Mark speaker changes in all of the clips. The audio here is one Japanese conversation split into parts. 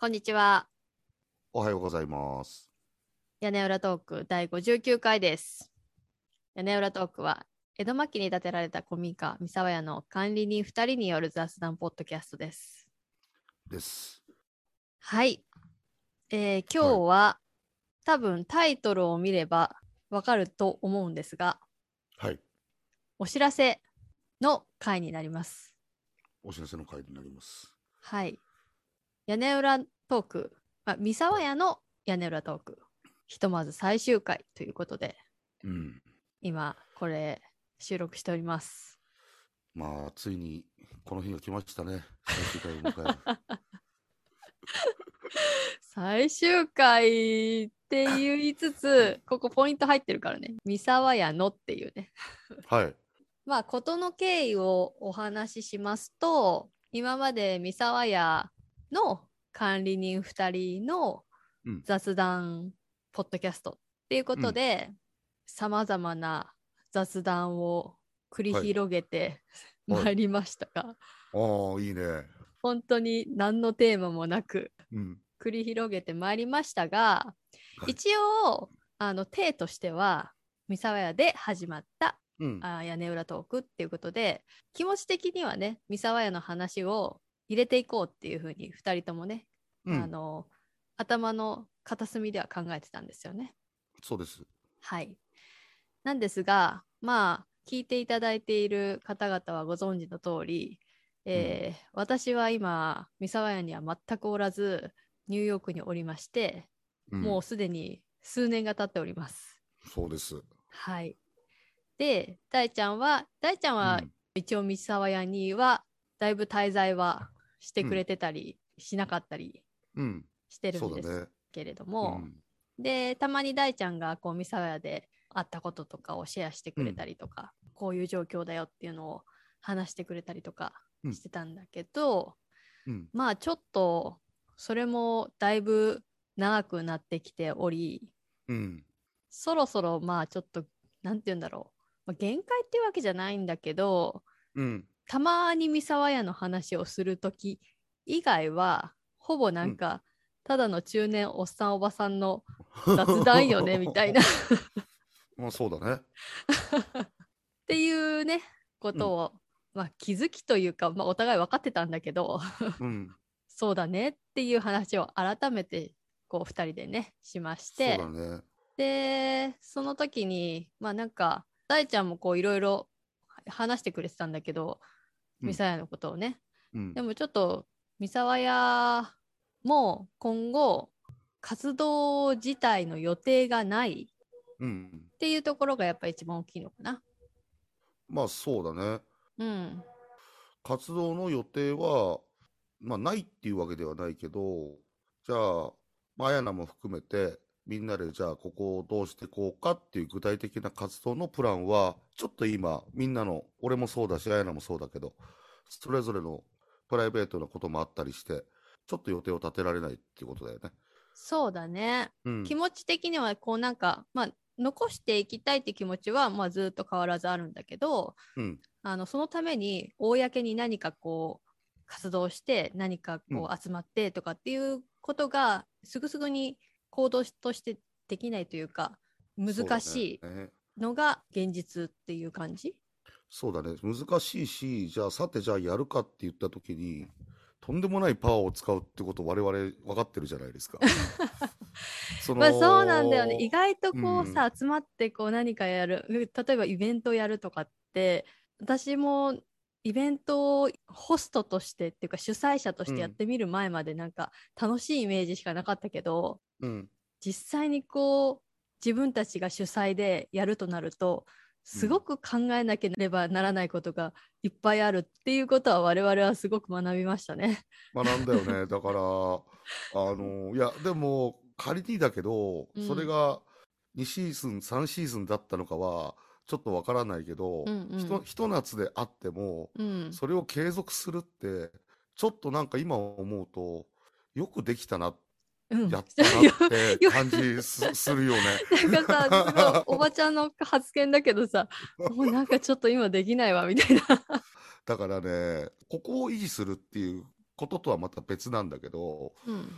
Speaker 1: こんにちは。
Speaker 2: おはようございます。
Speaker 1: 屋根裏トーク第59回です。屋根裏トークは、江戸末期に建てられた古民家、三沢屋の管理人2人による雑談ポッドキャストです。
Speaker 2: です。
Speaker 1: はい。えー今日は、多分タイトルを見ればわかると思うんですが、
Speaker 2: はい。
Speaker 1: お知らせの回になります。
Speaker 2: お知らせの回になります。
Speaker 1: はい。屋根裏トーク、まあ、三沢屋の屋根裏トーク、ひとまず最終回ということで、
Speaker 2: うん。
Speaker 1: 今これ収録しております。
Speaker 2: まあ、ついにこの日が来ましたね。最終回を迎える。
Speaker 1: 最終回って言いつつ、 ここポイント入ってるからね。三沢屋のっていうね。
Speaker 2: はい。
Speaker 1: まあ、事の経緯をお話ししますと、今まで三沢屋の管理人2人の
Speaker 2: うん
Speaker 1: 雑談ポッドキャストっていうことで、さまざまな雑談を繰り
Speaker 2: はい
Speaker 1: 広げて
Speaker 2: は
Speaker 1: ま
Speaker 2: い
Speaker 1: いりましたが、
Speaker 2: ああ、いいね。
Speaker 1: 本当に何のテーマもなく
Speaker 2: うん。
Speaker 1: 繰り広げてまいりましたが、
Speaker 2: はい
Speaker 1: 一応あの体としては三沢屋で始まった
Speaker 2: うん。
Speaker 1: あー屋根裏トークっていうことで気持ち的にはね三沢屋の話を入れていこうっていうふうに2人ともね、
Speaker 2: う
Speaker 1: あ
Speaker 2: ん、
Speaker 1: の頭の片隅では考えてたんですよね。
Speaker 2: そうです。
Speaker 1: はい、なんですがまあ聞いていただいている方々はご存知の通り、えー私は今三沢屋には全くおらずニューヨークにおりまして、
Speaker 2: うん
Speaker 1: もうすでに数年が経っております。
Speaker 2: そうです。
Speaker 1: はい。で、大ちゃんは、大ちゃんは
Speaker 2: うん
Speaker 1: 一応三沢屋には、だいぶ滞在はしてくれてたり、しなかったり
Speaker 2: うん。
Speaker 1: してる
Speaker 2: そ
Speaker 1: ん
Speaker 2: う
Speaker 1: で
Speaker 2: だ
Speaker 1: す
Speaker 2: ね。
Speaker 1: けれど
Speaker 2: う
Speaker 1: も、
Speaker 2: ん。
Speaker 1: で、たまに大ちゃんがこう三沢屋で会ったこととかをシェアしてくれたりとか、こういう状況だよっていうのを話してくれたりとか
Speaker 2: うん
Speaker 1: してたんだけど、
Speaker 2: うん。
Speaker 1: まあちょっと、それもだいぶ長くなってきており、
Speaker 2: うん。
Speaker 1: そろそろまあちょっとなんて言うんだろう、まあ、限界ってわけじゃないんだけど
Speaker 2: うん。
Speaker 1: たまに三沢屋の話をする時以外はほぼなんか、ただの中年おっさんおばさんの雑談よ ねみたいなっ。
Speaker 2: まあ、そうだね。
Speaker 1: ていうねことを、まあ気づきというか、まあ、お互い分かってたんだけど
Speaker 2: うん。
Speaker 1: そうだねっていう話を改めてこう2人でねしま し
Speaker 2: そう
Speaker 1: て。
Speaker 2: だね。
Speaker 1: でその時にまあなんか大ちゃんもこういろいろ話してくれてたんだけど
Speaker 2: うん
Speaker 1: ミサヤのことをね、
Speaker 2: うん
Speaker 1: で。もちょっとミサワヤも今後活動自体の予定がないっ
Speaker 2: うん。
Speaker 1: ていうところがやっぱ一番大きいのかな
Speaker 2: まあ、そうだね。
Speaker 1: うん
Speaker 2: 活動の予定は、まあ、ないっていうわけではないけど、じゃあ、まあ、やなも含めて、みんなでじゃあ、ここをどうしていこうかっていう具体的な活動のプランは、ちょっと今、みんなの、俺もそうだし、あやなもそうだけど、それぞれのプライベートなこともあったりして、ちょっと予定を立てられないっていうことだよね。
Speaker 1: そうだね、
Speaker 2: うん
Speaker 1: 気持ち的にはこうなんかまあ残していきたいって気持ちはまあずっと変わらずあるんだけど、
Speaker 2: うん。
Speaker 1: あのそのために公に何かこう活動して何かこう集まってとかっていうことがすぐすぐに行動としてできないというか難し
Speaker 2: そうだね
Speaker 1: いのが現実っていう感じ
Speaker 2: そうだね。難しいし、じゃあ、さて、じゃあやるかって言ったときに、とんでもないパワーを使うってこと、我々分かってるじゃな いですか。そ
Speaker 1: まあそうなんだよね意外とこ
Speaker 2: う
Speaker 1: うんさ、集まってこう何かやるう例えばイベントやるとかって私もイベントをホストとしてっていうか主催者としてやってみる前までなんか楽しいイメージしかなかったけど、
Speaker 2: うん。
Speaker 1: 実際にこう自分たちが主催でやるとなるとすごく考えなければならないことがいっぱいあるっていうことは我々はすごく学びましたね。
Speaker 2: 学んだよね。だから、あの、いや、でも、仮にだけど
Speaker 1: うん、
Speaker 2: それが2シーズン、3シーズンだったのかは、ちょっとわからないけど、
Speaker 1: うんうん
Speaker 2: ひとひと夏であっても、
Speaker 1: うん、
Speaker 2: それを継続するって、ちょっとなんか今思うと、よくできたなっ
Speaker 1: うん
Speaker 2: やったなって感じすするよね。
Speaker 1: なんかさすごいおばちゃんの発言だけど さもうなんかちょっと今できないわみたいな。
Speaker 2: だからね、ここを維持するっていうこととはまた別なんだけど、
Speaker 1: うん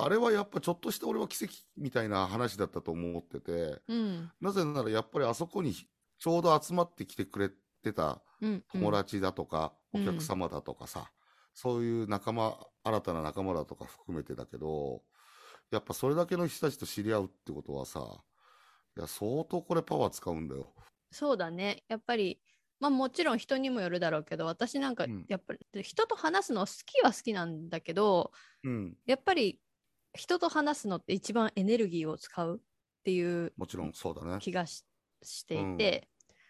Speaker 2: あれはやっぱちょっとした俺は奇跡みたいな話だったと思ってて、
Speaker 1: うん。
Speaker 2: なぜならやっぱりあそこにちょうど集まってきてくれてた
Speaker 1: うん。
Speaker 2: 友達だとか、
Speaker 1: うん
Speaker 2: お客様だとかさ、そういう仲間、新たな仲間だとか含めてだけど、やっぱそれだけの人たちと知り合うってことはさ、いや相当これパワー使うんだよ。
Speaker 1: そうだね。やっぱり、まあもちろん人にもよるだろうけど、私なんか
Speaker 2: うん
Speaker 1: やっぱり人と話すの好きは好きなんだけど、
Speaker 2: うん。
Speaker 1: やっぱり人と話すのって一番エネルギーを使うっていう
Speaker 2: もちろんそうだね。
Speaker 1: 気がししていて、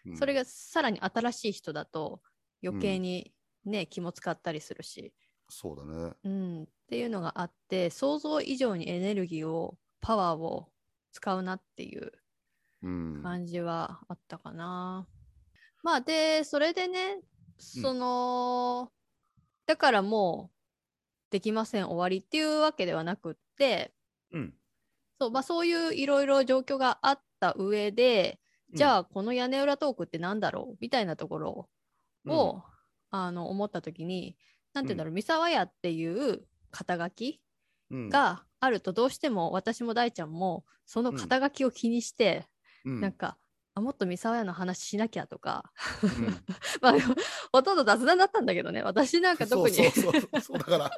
Speaker 2: うん
Speaker 1: それがさらに新しい人だと余計にね、気も使ったりするし、
Speaker 2: そうだね。
Speaker 1: うん、っていうのがあって、想像以上にエネルギーを、パワーを使うなっていう
Speaker 2: うん。
Speaker 1: 感じはあったかな。まあでそれでねその、だからもうできません終わりっていうわけではなくって
Speaker 2: うん。
Speaker 1: そう,、まあ、そういういろいろ状況があった上でじゃあこの屋根裏トークってなんだろうみたいなところ
Speaker 2: うん、
Speaker 1: を、あの思った時に何て言うんだろう、三沢屋っていう肩書き
Speaker 2: うん、
Speaker 1: があるとどうしても私も大ちゃんもその肩書きを気にして、
Speaker 2: うん、
Speaker 1: なんか、あもっと三沢屋の話しなきゃとか、
Speaker 2: うん
Speaker 1: まあ、ほとんど雑談だったんだけどね、私なんか特に。
Speaker 2: そうそうそうそうだから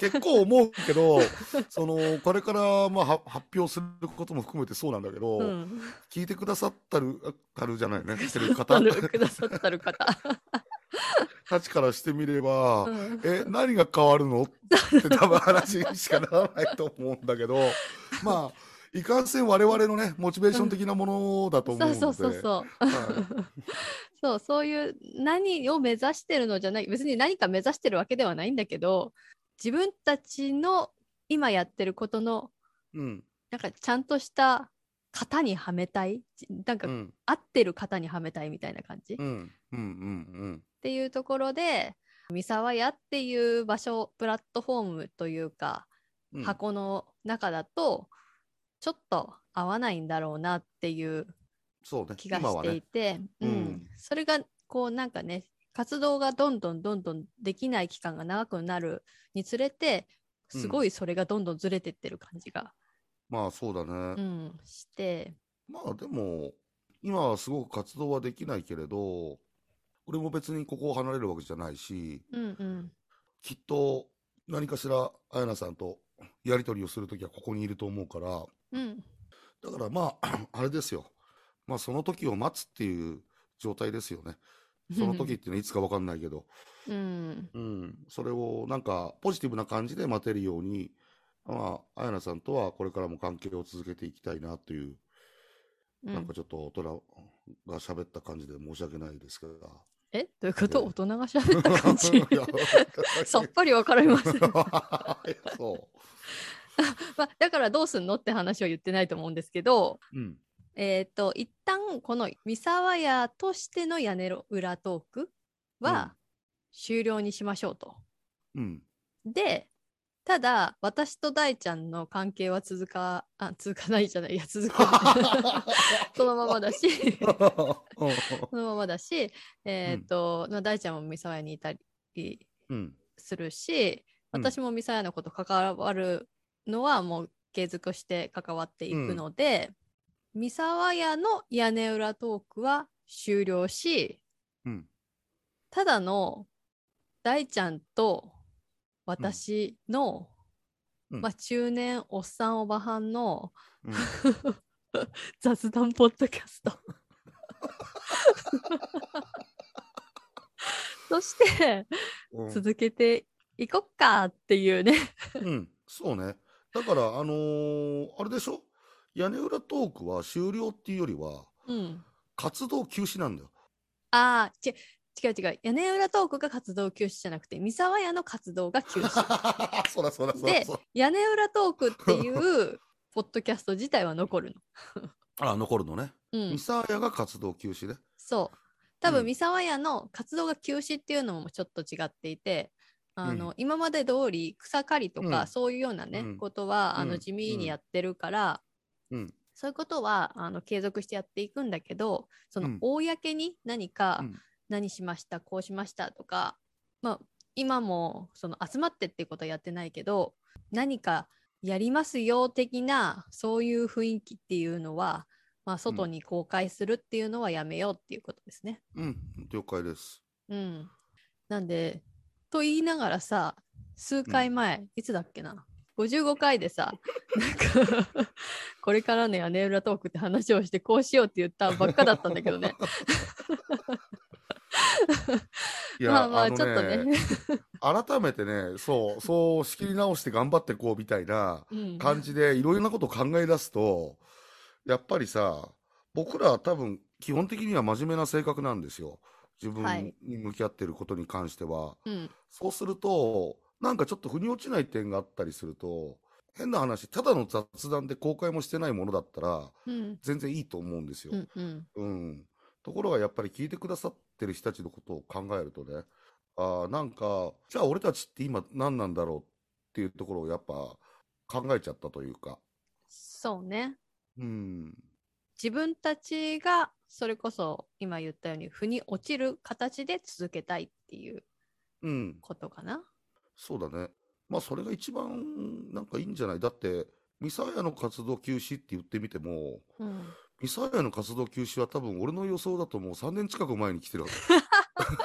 Speaker 2: 結構思う けどそのこれからまあは発表することも含めてそうなんだけ ど、
Speaker 1: うん
Speaker 2: 聞いてくださったるたるじゃな いねしてる
Speaker 1: くださ
Speaker 2: 方
Speaker 1: ったるくださったる 方。
Speaker 2: たちからしてみれば、
Speaker 1: うん
Speaker 2: え何が変わるのって多分話にしかならないと思うん だけどまあいかんせん我々のねモチベーション的なものだと思う
Speaker 1: そ
Speaker 2: の
Speaker 1: う
Speaker 2: で、
Speaker 1: そうそうそう。
Speaker 2: はい
Speaker 1: そう、そういう何を目指してるのじゃない、別に何か目指してるわけではないんだけど、自分たちの今やってることの、
Speaker 2: うん
Speaker 1: なんかちゃんとした型にはめたい、じなん
Speaker 2: う
Speaker 1: か
Speaker 2: ん
Speaker 1: 合ってる型にはめたいみたいな感じ。
Speaker 2: うんうんうん
Speaker 1: っていうところで三沢屋っていう場所プラットフォームというか
Speaker 2: う ん
Speaker 1: 箱の中だとちょっと合わないんだろうなっていう
Speaker 2: そうね
Speaker 1: 気が
Speaker 2: 今
Speaker 1: し
Speaker 2: は
Speaker 1: て
Speaker 2: ね
Speaker 1: いて、うん
Speaker 2: うん
Speaker 1: それがこうなんかね活動がどんどんどんどんできない期間が長くなるにつれてすごいそれがどんどんずれてってる感じが、
Speaker 2: まあそうだね、
Speaker 1: うんして、
Speaker 2: まあでも、今はすごく活動はできないけれど、俺も別にここを離れるわけじゃないし、
Speaker 1: うんうん、
Speaker 2: きっと何かしら彩菜さんとやり取りをするときはここにいると思うから、
Speaker 1: うん
Speaker 2: だからまあ、 あれですよ。まあその時を待つっていう状態ですよね。その時っていうのはいつかわかんないけど、
Speaker 1: うん
Speaker 2: うん、それをなんかポジティブな感じで待てるように、まあ、彩菜さんとはこれからも関係を続けていきたいなという
Speaker 1: う
Speaker 2: なん
Speaker 1: ん
Speaker 2: か、ちょっと大人が喋った感じで申し訳ないですが。
Speaker 1: えどういうこと大人が喋った感じ
Speaker 2: いや
Speaker 1: さっぱりわかりません。
Speaker 2: いやそ
Speaker 1: まあ、だからどうすんのって話は言ってないと思うんですけど、
Speaker 2: う。うん。
Speaker 1: えっと一旦この三沢屋としての屋根裏トーク
Speaker 2: うん
Speaker 1: は終了にしましょうと。
Speaker 2: うん。
Speaker 1: でただ私と大ちゃんの関係は続かあ続かないじゃないいや 続かそのままだしそのままだし、えっとまあ大ちゃんも三沢屋にいたり
Speaker 2: うん。
Speaker 1: するし
Speaker 2: うん
Speaker 1: 私もミサヤのこと関わるのはもう継続して関わっていくので、ミサワヤの屋根裏トークは終了し
Speaker 2: うん。
Speaker 1: ただの大ちゃんと私の、
Speaker 2: うん
Speaker 1: まあ、中年おっさんおばはんの
Speaker 2: うん
Speaker 1: 雑談ポッドキャス トそして
Speaker 2: うん
Speaker 1: 続けていこっかっていうね
Speaker 2: うん。そうね。だから、あのーあれでしょ屋根裏トークは終了っていうよりは、
Speaker 1: うん
Speaker 2: 活動休 止なんだよ。
Speaker 1: ああ、ち違う違う。屋根裏トークが活動休止じゃなくて、三沢屋の活動が休止。
Speaker 2: そうだそうだそうだ
Speaker 1: で
Speaker 2: そうだ。、
Speaker 1: 屋根裏トークっていうポッドキャスト自体は残る
Speaker 2: あ、残るのね。
Speaker 1: の。うん
Speaker 2: ミ、サーヤが活動休止ね。
Speaker 1: そう。多
Speaker 2: うん
Speaker 1: 分三沢屋の活動が休止っていうのもちょっと違っていて、あの
Speaker 2: う
Speaker 1: 今まで通り草刈りとか、
Speaker 2: うん
Speaker 1: そういうようなね、
Speaker 2: うん
Speaker 1: ことはあ
Speaker 2: う
Speaker 1: の
Speaker 2: ん
Speaker 1: 地味にやってるから、
Speaker 2: うん。
Speaker 1: そういうことはあの継続してやっていくんだけどそうの
Speaker 2: ん
Speaker 1: 公に何か、
Speaker 2: うん
Speaker 1: 何しましたこうしましたとか、まあ、今もその集まってっていうことはやってないけど何かやりますよ的なそういう雰囲気っていうのは、まあ、外に公開するっていうのはやめようっていうことですね。
Speaker 2: うん、了解です。
Speaker 1: うん、なんでと言いながらさ数回前、いつだっけな55回で さなんかこれからの屋根裏トークって話をしてこうしようって言ったばっかだったんだけどね
Speaker 2: い
Speaker 1: まあまあ
Speaker 2: の
Speaker 1: ちょっとね
Speaker 2: 改めてね、そう、そう仕切り直して頑張ってこうみたいな
Speaker 1: うん
Speaker 2: 感じでいろいろなことを考え出すと、やっぱりさ、僕らは多分基本的には真面目な性格なんですよ。自
Speaker 1: はい
Speaker 2: 分に向き合ってることに関しては。
Speaker 1: うん
Speaker 2: そうすると、なんかちょっと腑に落ちない点があったりすると、変な話、ただの雑談で公開もしてないものだったら、
Speaker 1: うん
Speaker 2: 全然いいと思うんですよ
Speaker 1: う。んうん
Speaker 2: うん、ところがやっぱり聞いてくださってる人たちのことを考えるとねあーなんかじゃあ俺たちって今何なんだろうっていうところをやっぱ考えちゃったというか、
Speaker 1: そうね
Speaker 2: うん、
Speaker 1: 自分たちがそれこそ今言ったように腑に落ちる形で続けたいっていう
Speaker 2: うん、
Speaker 1: ことかな。
Speaker 2: そうだねまあそれが一番なんかいいんじゃないだってミサヤの活動休止って言ってみても
Speaker 1: うん、
Speaker 2: ミサヤの活動休止は多分俺の予想だともう3年近く前に来てるはず。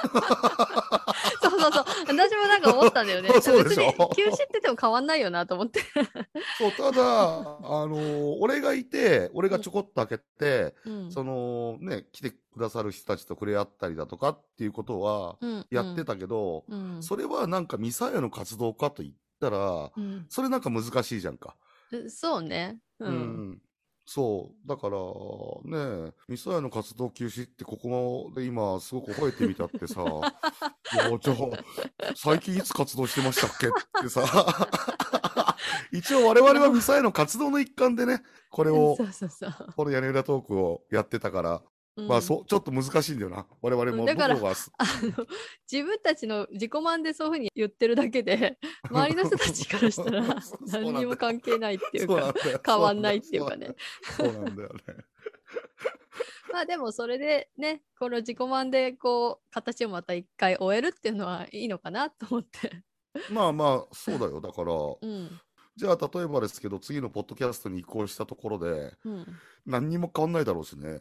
Speaker 1: そうそうそう私もなんか思ったんだよね
Speaker 2: そうでしょ
Speaker 1: 別に休止って言っても変わんないよなと思って。
Speaker 2: そうただあのー俺がいて俺がちょこっと開けて、
Speaker 1: うん
Speaker 2: そのね、来てくださる人たちと触れ合ったりだとかっていうことは
Speaker 1: うん
Speaker 2: やってたけど、
Speaker 1: うんうん
Speaker 2: それはなんかミサヤの活動かと言ったら、
Speaker 1: うん
Speaker 2: それなんか難しいじゃんか。
Speaker 1: えそうね。う。
Speaker 2: うんんそう。だから、ね、ミサヤの活動休止ってここまで今すごく覚えてみたっ てさ、いや、じゃあ、最近いつ活動してましたっけって さ、一応我々はミサヤの活動の一環でね、これを
Speaker 1: そ、うそうそう。
Speaker 2: この屋根裏トークをやってたから、まあ
Speaker 1: うん
Speaker 2: そう、ちょっと難しいんだよな。我々
Speaker 1: う
Speaker 2: も
Speaker 1: んだから
Speaker 2: 僕らはす
Speaker 1: あの自分たちの自己満でそういうふうに言ってるだけ で周りの人たちからしたら
Speaker 2: そうそうなんだよ
Speaker 1: 何にも関係ないっていう
Speaker 2: そうな
Speaker 1: か
Speaker 2: んだよ
Speaker 1: 変わんないっていうかね。
Speaker 2: そうなんだよね。
Speaker 1: まあでもそれでねこの自己満でこう形をまた一回終えるっていうのはいいのかなと思って。
Speaker 2: まあまあ、そうだよ。だから、
Speaker 1: うん
Speaker 2: じゃあ例えばですけど、次のポッドキャストに移行したところで、
Speaker 1: うん
Speaker 2: 何にも変わんないだろうしね。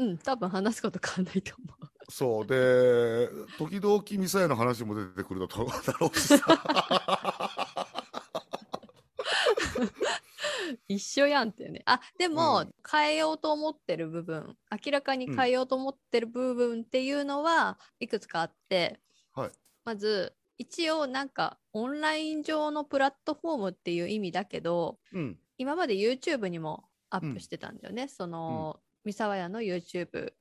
Speaker 1: うん、多分話すこと変わんないと思う。
Speaker 2: そう。で、時々ミサイルの話も出てくるだと だろう しさ。
Speaker 1: 一緒やんっていうね。あでも、
Speaker 2: うん
Speaker 1: 変えようと思ってる部分明らかに変えようと思ってる部分っていうのはいくつかあって、
Speaker 2: はい
Speaker 1: まず一応なんかオンライン上のプラットフォームっていう意味だけど
Speaker 2: うん。
Speaker 1: 今まで YouTube にもアッ
Speaker 2: う
Speaker 1: プ
Speaker 2: ん
Speaker 1: してたんだよね、その、三沢屋の YouTube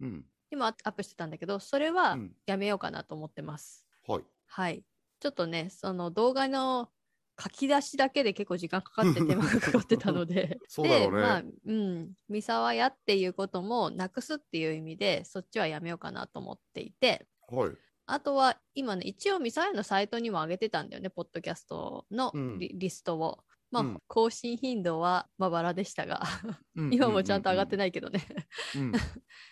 Speaker 2: うん。
Speaker 1: にもアップしてたんだけどそれ
Speaker 2: う
Speaker 1: は
Speaker 2: ん。
Speaker 1: やめようかなと思ってます。
Speaker 2: はい。、
Speaker 1: はい。ちょっとね、その動画の書き出しだけで結構時間かかって手間がかかってたので
Speaker 2: そうだろう
Speaker 1: で、
Speaker 2: ね
Speaker 1: まあ、うん、三沢屋っていうこともなくすっていう意味で、そっちはやめようかなと思っていて、
Speaker 2: はい。
Speaker 1: あとは今ね、一応三沢屋のサイトにも上げてたんだよね、ポッドキャストの
Speaker 2: うん
Speaker 1: リ,、リストを。まあ、
Speaker 2: うん
Speaker 1: 更新頻度はまばらでしたが、
Speaker 2: うん
Speaker 1: 今もちゃんと上がって
Speaker 2: な
Speaker 1: な
Speaker 2: い。
Speaker 1: いけどね。
Speaker 2: うん。
Speaker 1: ま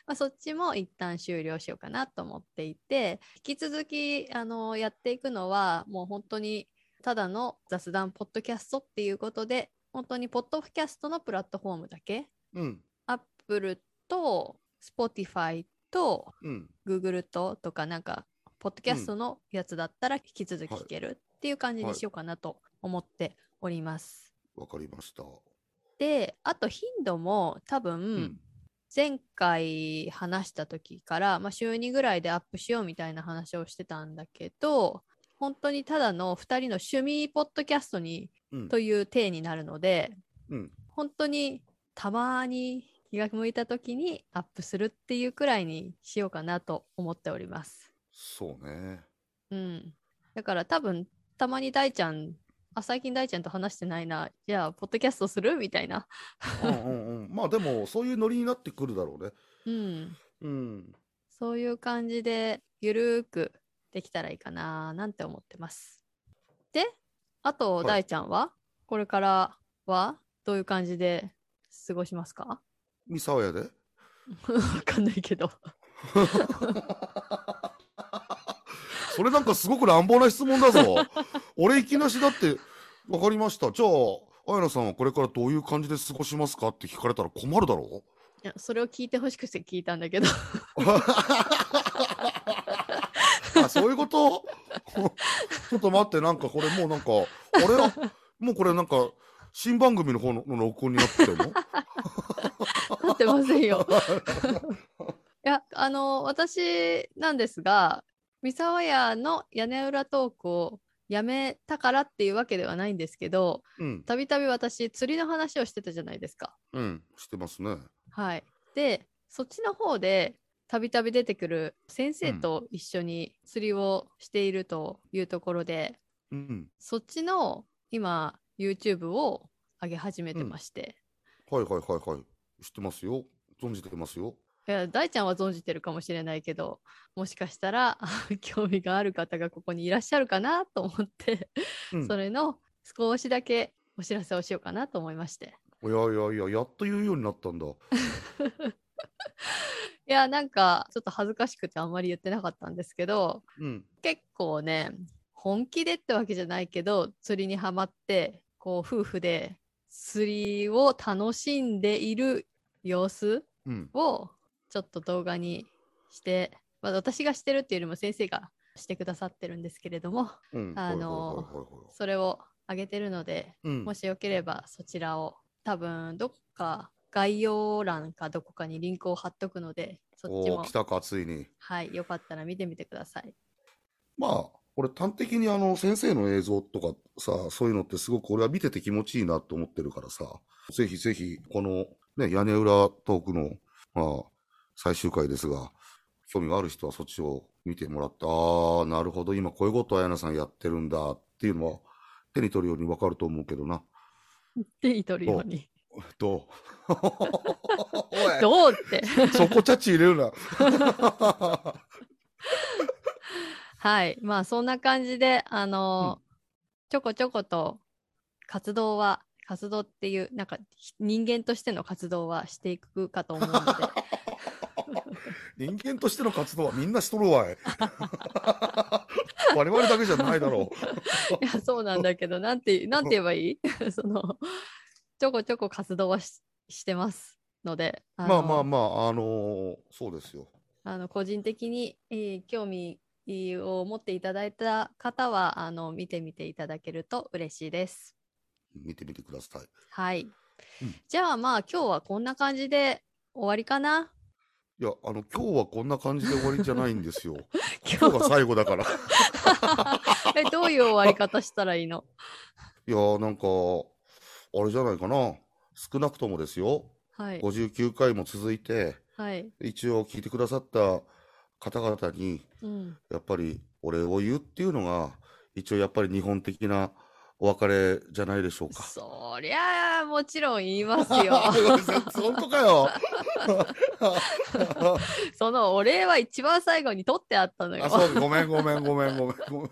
Speaker 1: あ、そっちも一旦終了しようかなと思っていて引き続きあのやっていくのはもう本当にただの雑談ポッドキャストっていうことで本当にポッドキャストのプラットフォームだけ
Speaker 2: うん。
Speaker 1: アップルと Spotify と
Speaker 2: うん。
Speaker 1: Google ととかなんかポッドキャストのやつだったら引き続き聞けるっていう感じにしようかなと思っております。
Speaker 2: わかりました。
Speaker 1: であと頻度も多分、
Speaker 2: うん。
Speaker 1: 前回話した時から、まあ、週2ぐらいでアップしようみたいな話をしてたんだけど本当にただの2人の趣味ポッドキャストに
Speaker 2: うん。
Speaker 1: という体になるので
Speaker 2: うん。
Speaker 1: 本当にたまに気が向いた時にアップするっていうくらいにしようかなと思っております。
Speaker 2: そうね。
Speaker 1: うん、だから多分たまに大ちゃんあ最近大ちゃんと話してないなじゃあポッドキャストするみたいな。
Speaker 2: うんうんうん。まあでも、そういうノリになってくるだろうね。
Speaker 1: うん
Speaker 2: うん。
Speaker 1: そういう感じでゆるーくできたらいいかななんて思ってます。で、あと、
Speaker 2: はい
Speaker 1: 大ちゃんはこれからはどういう感じで過ごしますか
Speaker 2: 三沢屋で
Speaker 1: わかんないけど。
Speaker 2: そ れなんかすごく乱暴な質問だぞ。俺いきなしだって、わかりました。じゃあ、綾菜さんはこれからどういう感じで過ごしますかって聞かれたら困るだろ
Speaker 1: いやそれを聞いてほしくて聞いたんだけど
Speaker 2: うあそういうこと ちょっと待ってなんかこれもうなんかあれもうこれなんか新番組の方のの録音になってるの
Speaker 1: なってませんよ。いやあの私なんですが三沢屋の屋根裏トークをやめたからっていうわけではないんですけど
Speaker 2: うん
Speaker 1: たびたび私釣りの話をしてたじゃないですか。
Speaker 2: うんしてますね
Speaker 1: はい、でそっちの方でたびたび出てくる先生と一緒に釣りをしているというところで、
Speaker 2: うん
Speaker 1: そっちの今 YouTube を上げ始めてまして、
Speaker 2: はいはいはいはい知ってますよ存じてますよ
Speaker 1: いや大ちゃんは存じてるかもしれないけどもしかしたら 興味がある方がここにいらっしゃるかなと思って、
Speaker 2: うん
Speaker 1: それの少しだけお知らせをしようかなと思いまして
Speaker 2: いやいやいややっと言うようになったんだ
Speaker 1: いやなんかちょっと恥ずかしくてあんまり言ってなかったんですけど
Speaker 2: うん
Speaker 1: 結構ね本気でってわけじゃないけど釣りにはまってこう夫婦で釣りを楽しんでいる様子
Speaker 2: うん
Speaker 1: をちょっと動画にして、まあ、私がしてるっていうよりも先生がしてくださってるんですけれども
Speaker 2: うん
Speaker 1: あのー
Speaker 2: はいはいはいはいはい
Speaker 1: それを上げてるので
Speaker 2: うん
Speaker 1: もしよければそちらを多分どっか概要欄かどこかにリンクを貼っとくのでそっち
Speaker 2: お
Speaker 1: も
Speaker 2: ー来たかついに
Speaker 1: はいよかったら見てみてください。
Speaker 2: まあ、俺端的にあの先生の映像とかさ、そういうのってすごく俺は見てて気持ちいいなと思ってるからさ、ぜひぜひこのね、屋根裏トークの、まあ、最終回ですが、興味がある人はそっちを見てもらって、ああ、なるほど、今こういうことを綾菜さんやってるんだっていうのは手に取るようにわかると思うけどな。
Speaker 1: 手に取るように。
Speaker 2: どう おい
Speaker 1: どうって。
Speaker 2: そこチャチ入れるな。
Speaker 1: はい。まあそんな感じで、あのちょこちょこと活動は、活動っていう、なんかひ人間としての活動はしていくかと思うの で、
Speaker 2: 人間としての活動はみんなしとるわい。 我々だけじゃないだろ
Speaker 1: いやそうなんだけど、なんて、なんて言えばいい その、ちょこちょこ活動はししてますので、
Speaker 2: う。
Speaker 1: あ
Speaker 2: ま
Speaker 1: の
Speaker 2: あまあまあ、あのーそうですよ。
Speaker 1: あの個人的に、えー興味を持っていただいた方は、あの、見てみていただけると嬉しいです。
Speaker 2: 見てみてください。
Speaker 1: はい。
Speaker 2: うん
Speaker 1: じゃあまあ今日はこんな感じで終わりかな。
Speaker 2: いや、あの、今日はこんな感じで終わりじゃない んですよ。
Speaker 1: 今
Speaker 2: 今
Speaker 1: 日
Speaker 2: 日が最後だから。い
Speaker 1: えどういう終わり方したらいいの
Speaker 2: やー、なんか、あれじゃないかな。少なくともですよ。
Speaker 1: はい。
Speaker 2: 59回も続いて、
Speaker 1: はい。
Speaker 2: 一応聞いてくださった方々に、
Speaker 1: うん。
Speaker 2: やっぱりお礼を言うっていうのが、一応やっぱり日本的なお別れじゃないでしょうか。
Speaker 1: そりゃあもちろん言いますよ。
Speaker 2: 本当かよ。
Speaker 1: そのお礼は一番最後に取ってあったのよ
Speaker 2: あ、。そう、ごめん、ごめん、ごめん、ごめん、ごめん。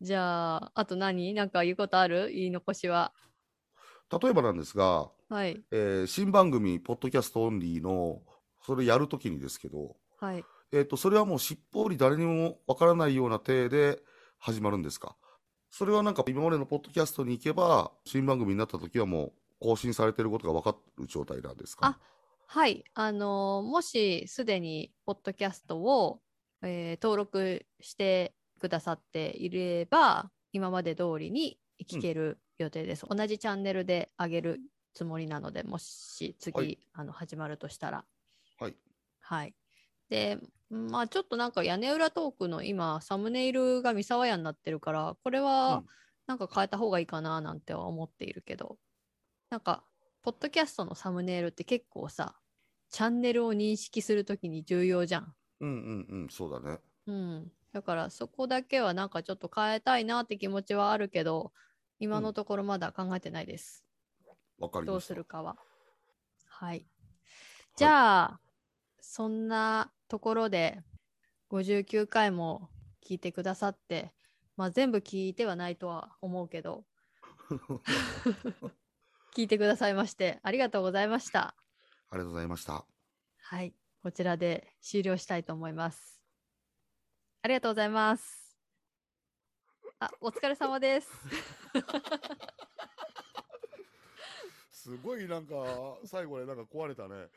Speaker 1: じゃああと何なんか言うことある言い残しは。
Speaker 2: 例えばなんですが、
Speaker 1: はい。
Speaker 2: えー新番組、ポッドキャストオンリーの、それやるときにですけど、
Speaker 1: はい。
Speaker 2: えっ、と、それはもうしっぽり誰にもわからないような体で始まるんですかそれはなんか今までのポッドキャストに行けば、新番組になったときはもう更新されてることが分かる状態なんですか
Speaker 1: はい。あのーもしすでにポッドキャストを、えー登録してくださっていれば、今まで通りに聞ける予定です。同じチャンネルで上げるつもりなので、もし次、
Speaker 2: はい
Speaker 1: あの始まるとしたら。
Speaker 2: はい。
Speaker 1: はい。で、まあちょっとなんか屋根裏トークの今、サムネイルが三沢屋になってるから、これ
Speaker 2: う
Speaker 1: は
Speaker 2: ん
Speaker 1: なんか変えた方がいいかななんては思っているけど、なんか、ポッドキャストのサムネイルって結構さ、チャンネルを認識するときに重要じゃん。
Speaker 2: うんうんうん、そうだね。
Speaker 1: うん。だからそこだけはなんかちょっと変えたいなって気持ちはあるけど、今のところまだ考えてないです。
Speaker 2: わかり
Speaker 1: ど
Speaker 2: ま
Speaker 1: う
Speaker 2: し
Speaker 1: す
Speaker 2: た。
Speaker 1: るかは。はい。じゃあ、そんなところで59回も聞いてくださって、まあ、全部聞いてはないとは思うけ ど 聞いてくださいましてありがとうございました。
Speaker 2: ありがとうございました。
Speaker 1: はい、こちらで終了したいと思います。ありがとうございます。あ、お疲れ様です。
Speaker 2: すごいなんか、最後でなんか壊れたね。